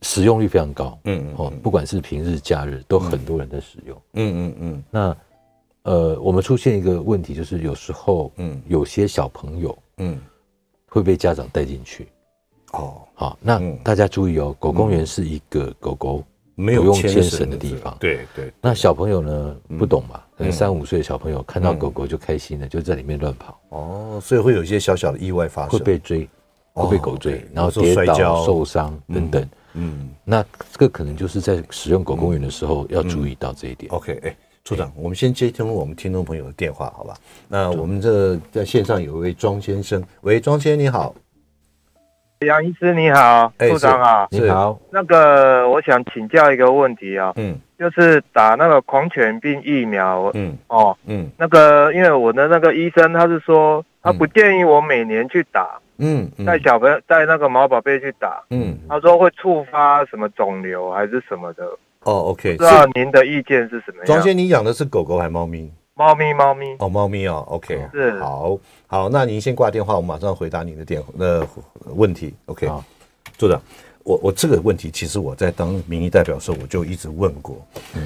B: 使用率非常高，
A: 嗯嗯
B: 哦，不管是平日假日都很多人在使用。
A: 嗯嗯
B: 那呃，我们出现一个问题，就是有时候
A: 嗯
B: 有些小朋友
A: 嗯，
B: 会被家长带进去。
A: 哦，
B: 好，那
A: 嗯
B: 大家注意哦，狗公园是一个狗狗，
A: 没
B: 不
A: 有
B: 用
A: 牵
B: 牵
A: 绳
B: 绳的地
A: 这个
B: 方
A: 对对，
B: 那小朋友呢不懂嘛，可能
A: 嗯
B: 三五岁的小朋友看到狗狗就开心了，就在里面乱跑，
A: 哦，所以会有一些小小的意外发生，
B: 会被追，
A: 哦
B: 会被狗追
A: 对，
B: 然
A: 有
B: 后
A: 时候
B: 跌
A: 摔跤
B: 倒、受伤等等。
A: 嗯
B: 那这个可能就是在使用狗公园的时候要注意到这一点。
A: ，OK，哎。处长，我们先接听我们听众朋友的电话，好吧？那我们这在线上有一位庄先生，喂，庄先生你好，
C: 杨医师你好，
A: 哎
C: 处长好。
B: 你好，
C: 那个我想请教一个问题啊、
A: 嗯
C: 就是打那个狂犬病疫苗
A: 嗯
C: 哦，
A: 嗯
C: 那个因为我的那个医生他是说他不建议我每年去打，
A: 嗯嗯，
C: 带小朋友带那个毛宝贝去打，
A: 嗯
C: 他说会触发什么肿瘤还是什么的，
A: 哦，OK，
C: 不知道您的意见是什么
A: 庄
C: 样？
A: 先，你养的是狗狗还猫咪？
C: 猫咪猫咪，
A: 哦，猫咪哦，OK，
C: 是
A: 好好，那您先挂电话，我马上回答你的电呃问题，OK，
B: 好
A: 组长，我我这个问题其实我在当民意代表的时候我就一直问过，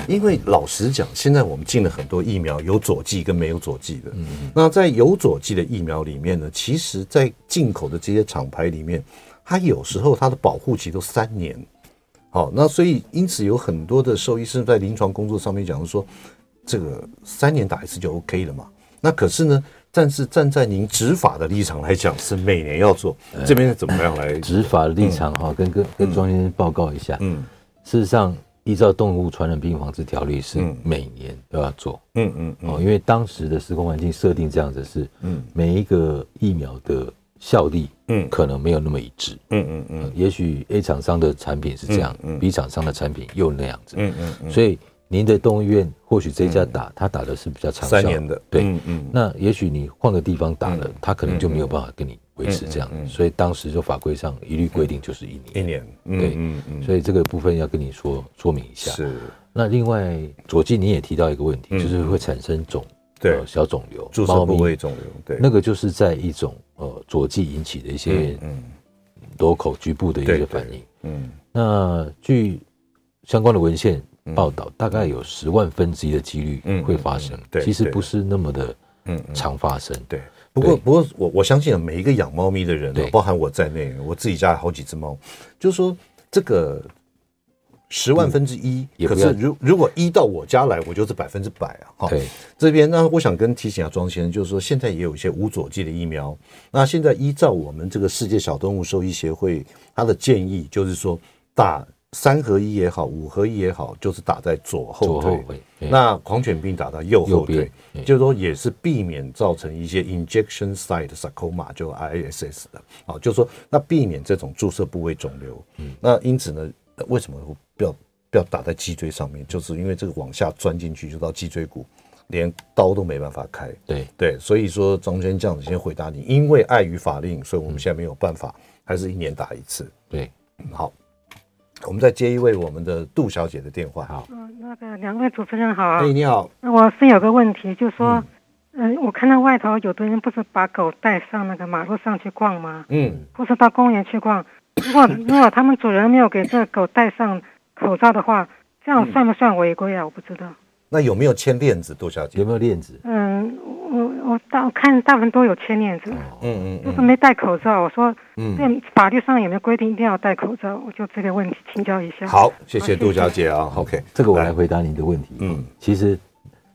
A: 因为老实讲，现在我们进了很多疫苗，有佐剂跟没有佐剂的，那在有佐剂的疫苗里面呢，其实在进口的这些厂牌里面，它有时候它的保护期都三年。好，那所以因此有很多的兽医师在临床工作上面讲说，这个三年打一次就 OK 了嘛。那可是呢，但是站在您执法的立场来讲，是每年要做，
B: 哎
A: 这边是怎么样来？
B: 执法的立场哈，跟跟跟庄先生报告一下。
A: 嗯
B: 事实上，依照《动物传染病防治条例》是
A: 嗯
B: 每年都要做
A: 嗯嗯嗯
B: 哦，因为当时的时空环境设定这样子是，每一个疫苗的效力，
A: 嗯
B: 可能没有那么一致，
A: 嗯嗯嗯
B: 也许 A 厂商的产品是这样
A: 嗯嗯
B: ，B 厂商的产品又那样子，
A: 嗯嗯嗯，
B: 所以您的动物医院或许这家打，他打的是比较长效
A: 三年的，
B: 对
A: 嗯，嗯
B: 那也许你换个地方打了，他可能就没有办法跟你维
A: 嗯
B: 持这样，所以当时就法规上一律规定就是一年，
A: 一年，
B: 对
A: 嗯嗯
B: 所以这个部分要跟你说说明一
A: 嗯，
B: 下。
A: 是，
B: 那另外，左季你也提到一个问题，
A: 嗯
B: 就是会产生肿，
A: 对
B: 呃小肿瘤，
A: 注射
B: 猫
A: 部
B: 咪
A: 位肿瘤，对，
B: 那个就是在一种呃左季引起的一些
A: 嗯
B: local 局部的一
A: 对对
B: 些反应。
A: 嗯
B: 那据相关的文献报道，大概有十万分之一的几率
A: 嗯
B: 会发生
A: 嗯嗯，对
B: 其实
A: 对
B: 不是那么的
A: 嗯嗯，
B: 常发生。
A: 对。不过，
B: 对
A: 不过我我相信啊每一个养猫咪的人、啊
B: 对，
A: 包含我在内，我自己家有好几只猫，就是说这个十万分之一，
B: 嗯也
A: 可
B: 不
A: 是
B: 要
A: 如如果一到我家来，我就是百分之百啊。哈
B: 对，
A: 这边呢，我想跟提醒啊，庄先生，就是说现在也有一些无佐剂的疫苗。那现在依照我们这个世界小动物兽医协会它的建议，就是说打三合一也好，五合一也好，就是打在左后
B: 左
A: 腿。
B: 后腿对
A: 那狂犬病打到右后
B: 右
A: 腿
B: 边，对
A: 就是说也是避免造成一些 injection site sarcoma 就 ISS 的，哦，就是说那避免这种注射部位肿瘤。
B: 嗯
A: 那因此呢，呃为什么不要不要打在脊椎上面？就是因为这个往下钻进去就到脊椎骨，连刀都没办法开。
B: 对，
A: 对，所以说张先这样子先回答你，因为碍于法令，所以我们现在没有办法，还是一年打一次。
B: 对，
A: 好，我们再接一位我们的杜小姐的电话。
B: 好，
D: 嗯，那个两位主持人好，
A: 哎、你好，
D: 那我是有个问题，就说，嗯、我看到外头有的人不是把狗带上那个马路上去逛吗？
A: 嗯，
D: 或是到公园去逛，如果如果他们主人没有给这狗戴上口罩的话，这样算不算违规啊？我不知道。
A: 那有没有牵链子，杜小姐
B: 有？没有链子？
D: 嗯，我我大我看大部分都有牵链子，
A: 嗯嗯
D: 就
A: 嗯
D: 是没戴口罩。我说，
A: 嗯
D: 这法律上有没有规定一定要戴口罩？我就这个问题请教一下。，
A: 好，谢谢杜小姐啊。OK，
B: 这个我来回答你的问题。
A: 嗯，
B: 其实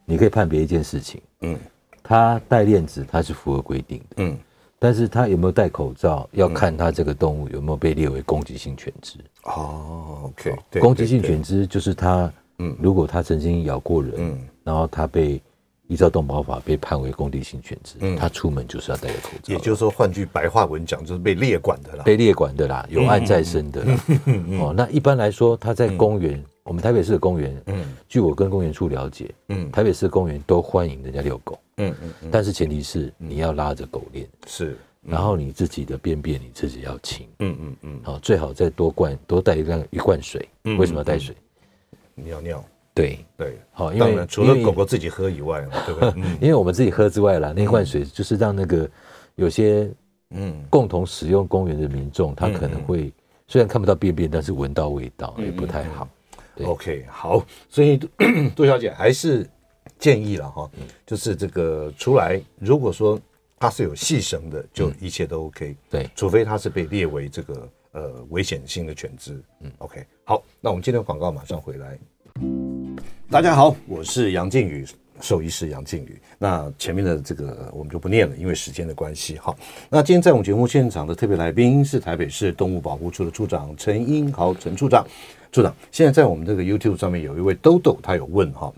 B: 你可以判别一件事情，
A: 嗯
B: 它戴链子它是符合规定的，
A: 嗯，
B: 但是它有没有戴口罩，要看它这个动物有没有被列为攻击性犬只。
A: 哦，OK，对
B: 攻击性犬，只就是它，
A: 嗯
B: 如果它曾经咬过人，
A: 嗯
B: 然后它被依照动保法被判为攻击性犬只，
A: 嗯
B: 它出门就是要戴个口罩，
A: 对也就是说，换句白话文讲，就是被列管的啦。
B: 被列管的
A: 嗯
B: 啦，有案在身的啦。哦，那一般来说，它在公园，我们台北市的公园，
A: 嗯
B: 据我跟公园处了解，
A: 嗯
B: 台北市公园都欢迎人家遛狗，
A: 嗯嗯，
B: 但是前提是你要拉着狗链，
A: 是，
B: 然后你自己的便便你自己要清，
A: 嗯嗯嗯，
B: 好，最好再多灌多带一罐一罐水。为什么要带水？
A: 嗯尿尿，
B: 对，
A: 对，
B: 好，因
A: 当
B: 为
A: 然除了
B: 因为
A: 狗狗自己喝以外 嘛，对不对？嗯
B: 因为我们自己喝之外啦，那一罐水就是让那个有些
A: 嗯
B: 共同使用公园的民众，他可能会虽然看不到便便，但是闻到味道也不太
A: 嗯
B: 好。对
A: ，OK，好，所以 嗯杜小姐还是建议了哈，就是这个出来，如果说它是有细绳的，就一切都 OK。
B: 对，
A: 除非它是被列为这个呃危险性的犬只。嗯，OK，好，那我们今天的广告马上回来。大家好，我是杨靖宇，兽医师杨靖宇。那前面的这个我们就不念了，因为时间的关系。好，那今天在我们节目现场的特别来宾是台北市动物保护处的处长陈英豪，陈处长。处长，现在在我们这个 YouTube 上面有一位豆豆，他有问哈，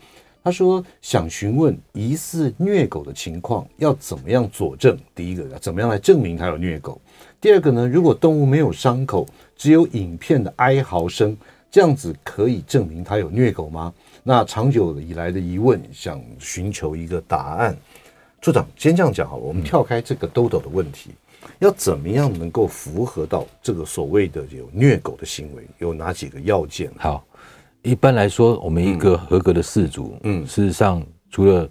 A: 他说想询问疑似虐狗的情况要怎么样佐证？第一个，怎么样来证明他有虐狗？第二个呢，如果动物没有伤口，只有影片的哀嚎声，这样子可以证明它有虐狗吗？那长久以来的疑问，想寻求一个答案。处长，先这样讲好了，我们跳开这个兜兜的问题，要怎么样能够符合到这个所谓的有虐狗的行为，有哪几个要件？
B: 好，一般来说，我们一个合格的饲主，
A: 嗯
B: 嗯，事实上除了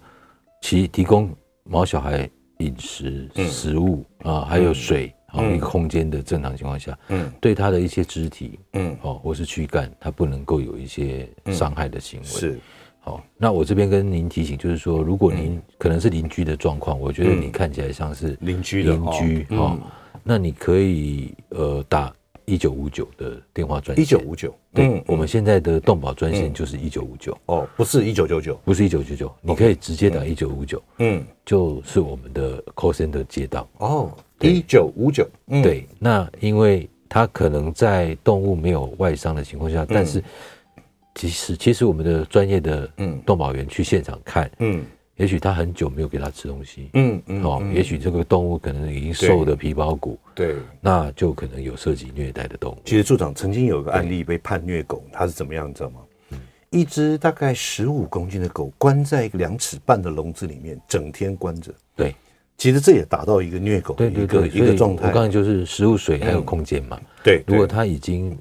B: 其提供毛小孩饮食、
A: 嗯
B: 食物啊，还有水啊，一个空间的正常情况下，
A: 嗯
B: 对它的一些肢体
A: 嗯，
B: 哦或是躯干，它不能够有一些伤害的行为。
A: 是，嗯
B: 好，那我这边跟您提醒，就是说，如果您可能是邻居的状况，我觉得你看起来像是
A: 邻居的
B: 邻居
A: 哦
B: 哦，那你可以呃打一九五九的电话专
A: 一
B: 线，
A: 九五九，
B: 对
A: 嗯，
B: 我们现在的动保专线就是一九五九，
A: 哦，不是一九九九，
B: 不是一九九九，你可以直接打一九五九，
A: 嗯，
B: 就是我们的 call center 接到。
A: 哦，一九五九，嗯，
B: 对，那因为它可能在动物没有外伤的情况下，但是其实其实我们的专业的
A: 嗯
B: 动保员去现场看，
A: 嗯
B: 也许他很久没有给它吃东西，
A: 嗯嗯，
B: 哦，也许这个动物可能已经
A: 对
B: 瘦的皮包骨，
A: 对，
B: 那就可能有涉及虐待的动物。
A: 其实处长曾经有一个案例被判虐狗，它是怎么样，你知道吗？一只大概十五公斤的狗关在一个两尺半的笼子里面，整天关着。
B: 对
A: 其实这也达到一个虐狗的
B: 对
A: 一
B: 对
A: 个
B: 对，
A: 一个状
B: 所以我
A: 态。
B: 刚才就是嗯食物、水还有空间嘛。
A: 对，
B: 如果
A: 对
B: 它已经，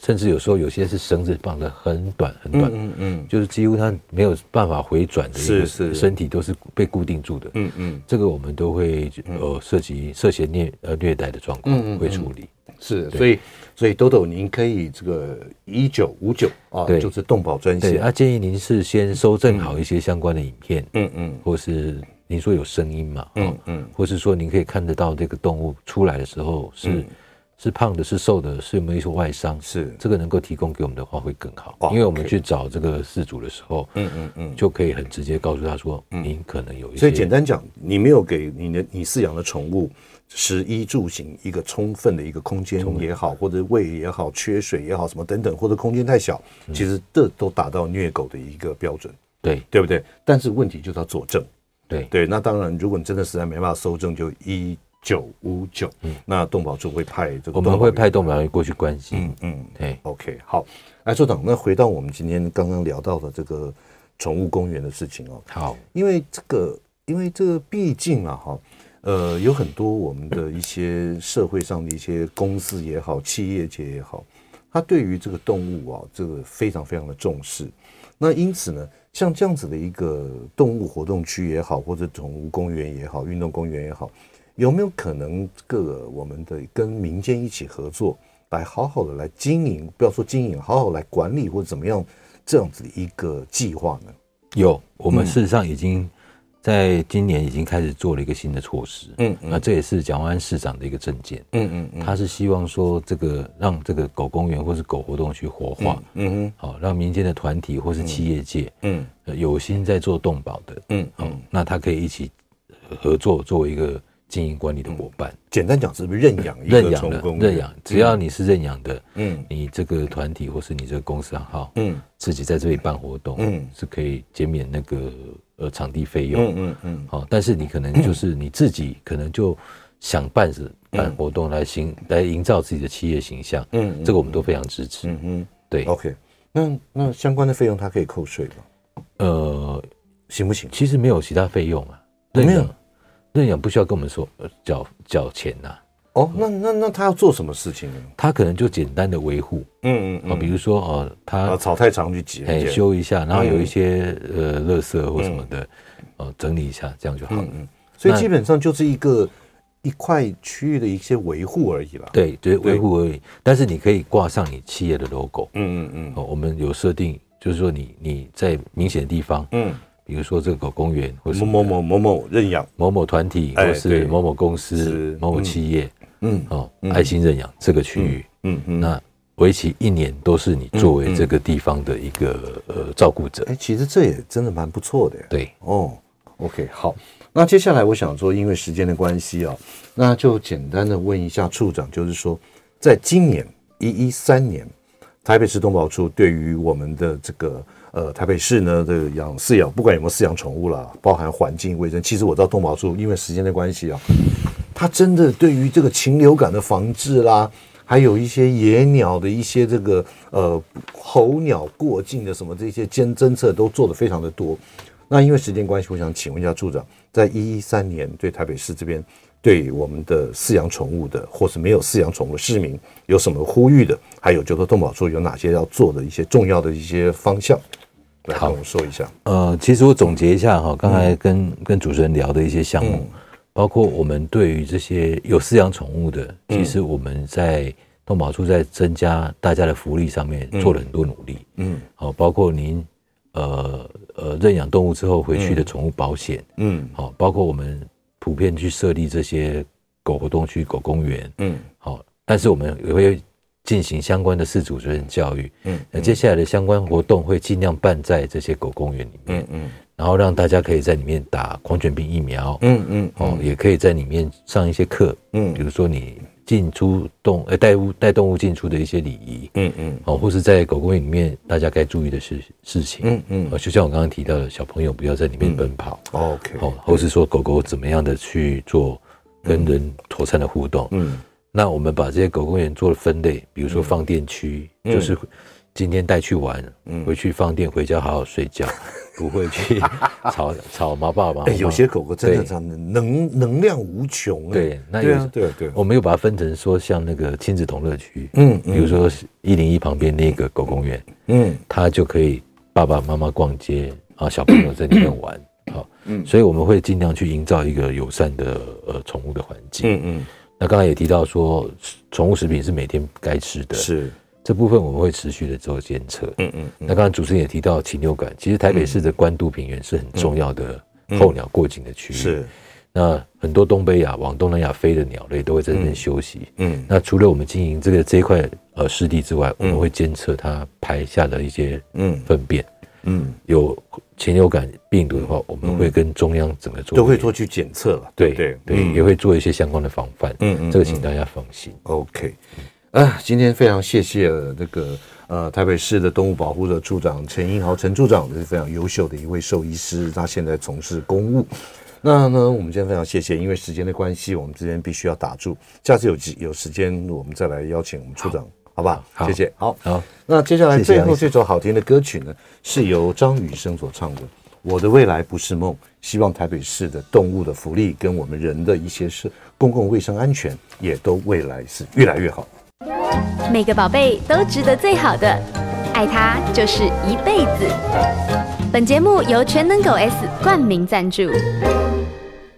B: 甚至有时候有些是绳子绑得很短很短，
A: 嗯嗯
B: 就是几乎它没有办法回转的一
A: 是是
B: 个身体都是被固定住的。
A: 嗯嗯，
B: 这个我们都会呃涉及涉嫌虐呃虐待的状
A: 嗯
B: 况会处理。
A: 是，所以所以豆豆，您可以这个一九五九啊，
B: 对
A: 就是嗯动保专
B: 对，
A: 线。
B: 啊，建议您是先收正好一些相关的影片，
A: 嗯嗯
B: 或是您说有声音嘛，
A: 嗯嗯
B: 或是说您可以看得到这个动物出来的时候是是胖的，是瘦的，是有没有一些外伤，
A: 嗯是
B: 这个能够提供给我们的话会更好
A: 哇，
B: 因为我们
A: OK
B: 去找这个事主的时候，
A: 嗯嗯嗯。
B: 就可以很直接告诉他说，您可能有一些，
A: 所以简单讲，你没有给你的你饲养的宠物食衣住行一个充分的一个空间也好，或者喂也好，缺水也好，什么等等，或者空间太小，
B: 嗯
A: 其实这都达到虐狗的一个标准，
B: 对
A: 对不对？但是问题就是要佐证。
B: 对
A: 对，那当然，如果你真的实在没办法搜证，就一九五九，那动保处会派这个
B: 嗯我
A: 动保员，
B: 们会派动物园过去关心
A: 嗯，嗯
B: 对，
A: OK，好，哎，处长，那回到我们今天刚刚聊到的这个宠物公园的事情哦，
B: 好，
A: 因为这个，因为这个毕竟啊，哈，呃，有很多我们的一些社会上的一些公司也好，企业界也好，它对于这个动物啊，这个非常非常的重视。那因此呢，像这样子的一个动物活动区也好，或者宠物公园也好，运动公园也好，有没有可能这个我们的跟民间一起合作，来好好的来经营，不要说经营，好好来管理或者怎么样这样子的一个计划呢？
B: 有，我
A: 嗯
B: 们事实上已经在今年已经开始做了一个新的措施，
A: 嗯
B: 那这也是蒋万安市长的一个政见，
A: 嗯嗯嗯，
B: 他是希望说这个让这个狗公园或是狗活动去活化，
A: 嗯哼。
B: 好，让民间的团体或是企业界，
A: 嗯
B: 呃有心在做动保的，
A: 嗯
B: 哦
A: 嗯，，
B: 那他可以一起呃合作，作为一个经营管理的伙伴，
A: 简单讲是不是认嗯养一
B: 认
A: 个
B: 养
A: 宠
B: 的
A: 物公，园？
B: 认养，只要你是认养的，
A: 嗯
B: 你这个团体或是你这个公司行号，
A: 嗯
B: 自己在这里办活动，
A: 嗯
B: 是可以减免那个呃场地费用，
A: 嗯嗯嗯
B: 好、但是你可能就是你自己可能就想办是
A: 嗯
B: 办活动来行、来营造自己的企业形象，
A: 嗯嗯
B: 这个我们都非常支持。
A: 嗯
B: 对
A: 哼，，OK，那那相关的费用它可以扣税吗？
B: 呃，
A: 行不行？哦
B: 其实没有其他费用啊，
A: 没有
B: 认养认养不需要跟我们说呃缴缴钱呐、
A: 哦，
B: 嗯
A: 那那那他要做什么事情呢？
B: 他可能就简单的维护
A: 嗯
B: 啊，比如说哦、
A: 啊，
B: 他
A: 草太长去挤
B: 哎、
A: 人家，
B: 修一下，然后有
A: 嗯
B: 一些、呃垃圾或什么的，哦、整理一下，这样就好
A: 嗯
B: 了。
A: 所以
B: 那
A: 基本上就是一个一块区域的一些维护而已啦。，
B: 对，就是
A: 对
B: 维护而已。但是你可以挂上你企业的 logo，
A: 嗯嗯嗯
B: 哦，我们有设定，就是说你你在明显的地方，
A: 嗯，
B: 比如说这个狗公园，或是
A: 某某某某某认养，
B: 某某团体，
A: 哎
B: 或
A: 对
B: 是某某公
A: 是
B: 司、某某企业，
A: 嗯
B: 哦，爱心认养这个区域，
A: 嗯嗯。
B: 那为期一年都是你作为这个地方的一个呃照顾者
A: 哎、，其实这也真的蛮不错的耶。
B: 对，
A: 哦，OK，好。那接下来我想说，因为时间的关系啊、那就简单的问一下处长，就是说，在今年一一三年，台北市动保处对于我们的这个呃台北市呢的养饲养，不管有没有饲养宠物啦，包含环境卫生，其实我知道动保处因为时间的关系啊、它真的对于这个禽流感的防治啦，还有一些野鸟的一些这个呃候鸟过境的什么这些监侦测都做得非常的多。那因为时间关系，我想请问一下处长，在一一三年对台北市这边对我们的饲养宠物的或是没有饲养宠物的市民有什么呼吁的？还有就是动保处有哪些要做的一些重要的一些方向，来跟
B: 好
A: 我们说一下。
B: 呃，其实我总结一下哈，刚才跟、跟主持人聊的一些项目，包括我们对于这些有饲养宠物的，其实我们在动保处在增加大家的福利上面做了很多努力。
A: 嗯
B: 好、包括您呃呃认养动物之后回去的宠物保险，
A: 嗯
B: 好、包括我们普遍去设立这些狗活动区、狗公园，
A: 嗯
B: 好、但是我们也会进行相关的事主责任教育。
A: 嗯
B: 那接下来的相关活动会尽量办在这些狗公园里面。
A: 嗯
B: 然后让大家可以在里面打狂犬病疫苗，
A: 嗯嗯
B: 哦，也可以在里面上一些课，
A: 嗯
B: 比如说你进出动呃带物带动物进出的一些礼仪，
A: 嗯嗯
B: 哦，或是在狗公园里面大家该注意的事事情，
A: 嗯嗯
B: 哦，就像我刚刚提到的，小朋友不要在里面奔跑，
A: ，OK，
B: 哦，或是说狗狗怎么样的去做跟人妥善的互动，
A: 嗯
B: 那我们把这些狗公园做了分类，比如说放电区，
A: 嗯
B: 就是今天带去玩，回去放电，回家好好睡 觉，不会去吵吵毛爸爸妈妈。
A: 哎，有些狗狗真的
B: 对
A: 这样的能能量无穷哎。
B: 对，那
A: 对
B: 有
A: 啊，对啊，对啊。
B: 我们又把它分成说像那个亲子同乐区，
A: 嗯
B: 比如说一零一旁边那个狗公园，
A: 嗯
B: 它就可以爸爸妈妈逛街啊，小朋友在里面玩。
A: 嗯
B: 好，所以我们会尽量去营造一个友善的呃宠物的环境。
A: 嗯嗯，
B: 那刚才也提到说，宠物食品是每天该吃的，
A: 是，
B: 这部分我们会持续的做监测。
A: 嗯嗯
B: 那刚刚主持人也提到禽流感，其实台北市的关渡平原是很重要的候鸟过境的区域。
A: 嗯是，
B: 那很多东北亚往东南亚飞的鸟类都会在这边休息。
A: 嗯
B: 那除了我们经营这个这一块呃湿地之外，我
A: 嗯
B: 们会监测它排下的一些
A: 嗯
B: 粪便，
A: 嗯，
B: 有禽流感病毒的话，我们会跟中央整个做
A: 都会做去检测了。
B: 对
A: 对
B: 对对，也
A: 嗯
B: 会做一些相关的防范。
A: 嗯嗯
B: 这个请大家放心。
A: OK，啊，今天非常谢谢那个呃台北市的动物保护的处长陈英豪陈处长，是非常优秀的一位兽医师，他现在从事公务。那呢，我们今天非常谢谢，因为时间的关系，我们之间必须要打住，下次有机有时间我们再来邀请我们处长，好吧？
B: 好
A: 谢谢，好。
B: 好，
A: 那接下来
B: 谢谢
A: 最
B: 杨
A: 后
B: 医
A: 这首好听的歌曲呢，是由张雨生所唱的《我的未来不是梦》。希望台北市的动物的福利跟我们人的一些是公共卫生安全，也都未来是越来越好。
E: 每个宝贝都值得最好的，爱它就是一辈子。本节目由全能狗 S 冠名赞助。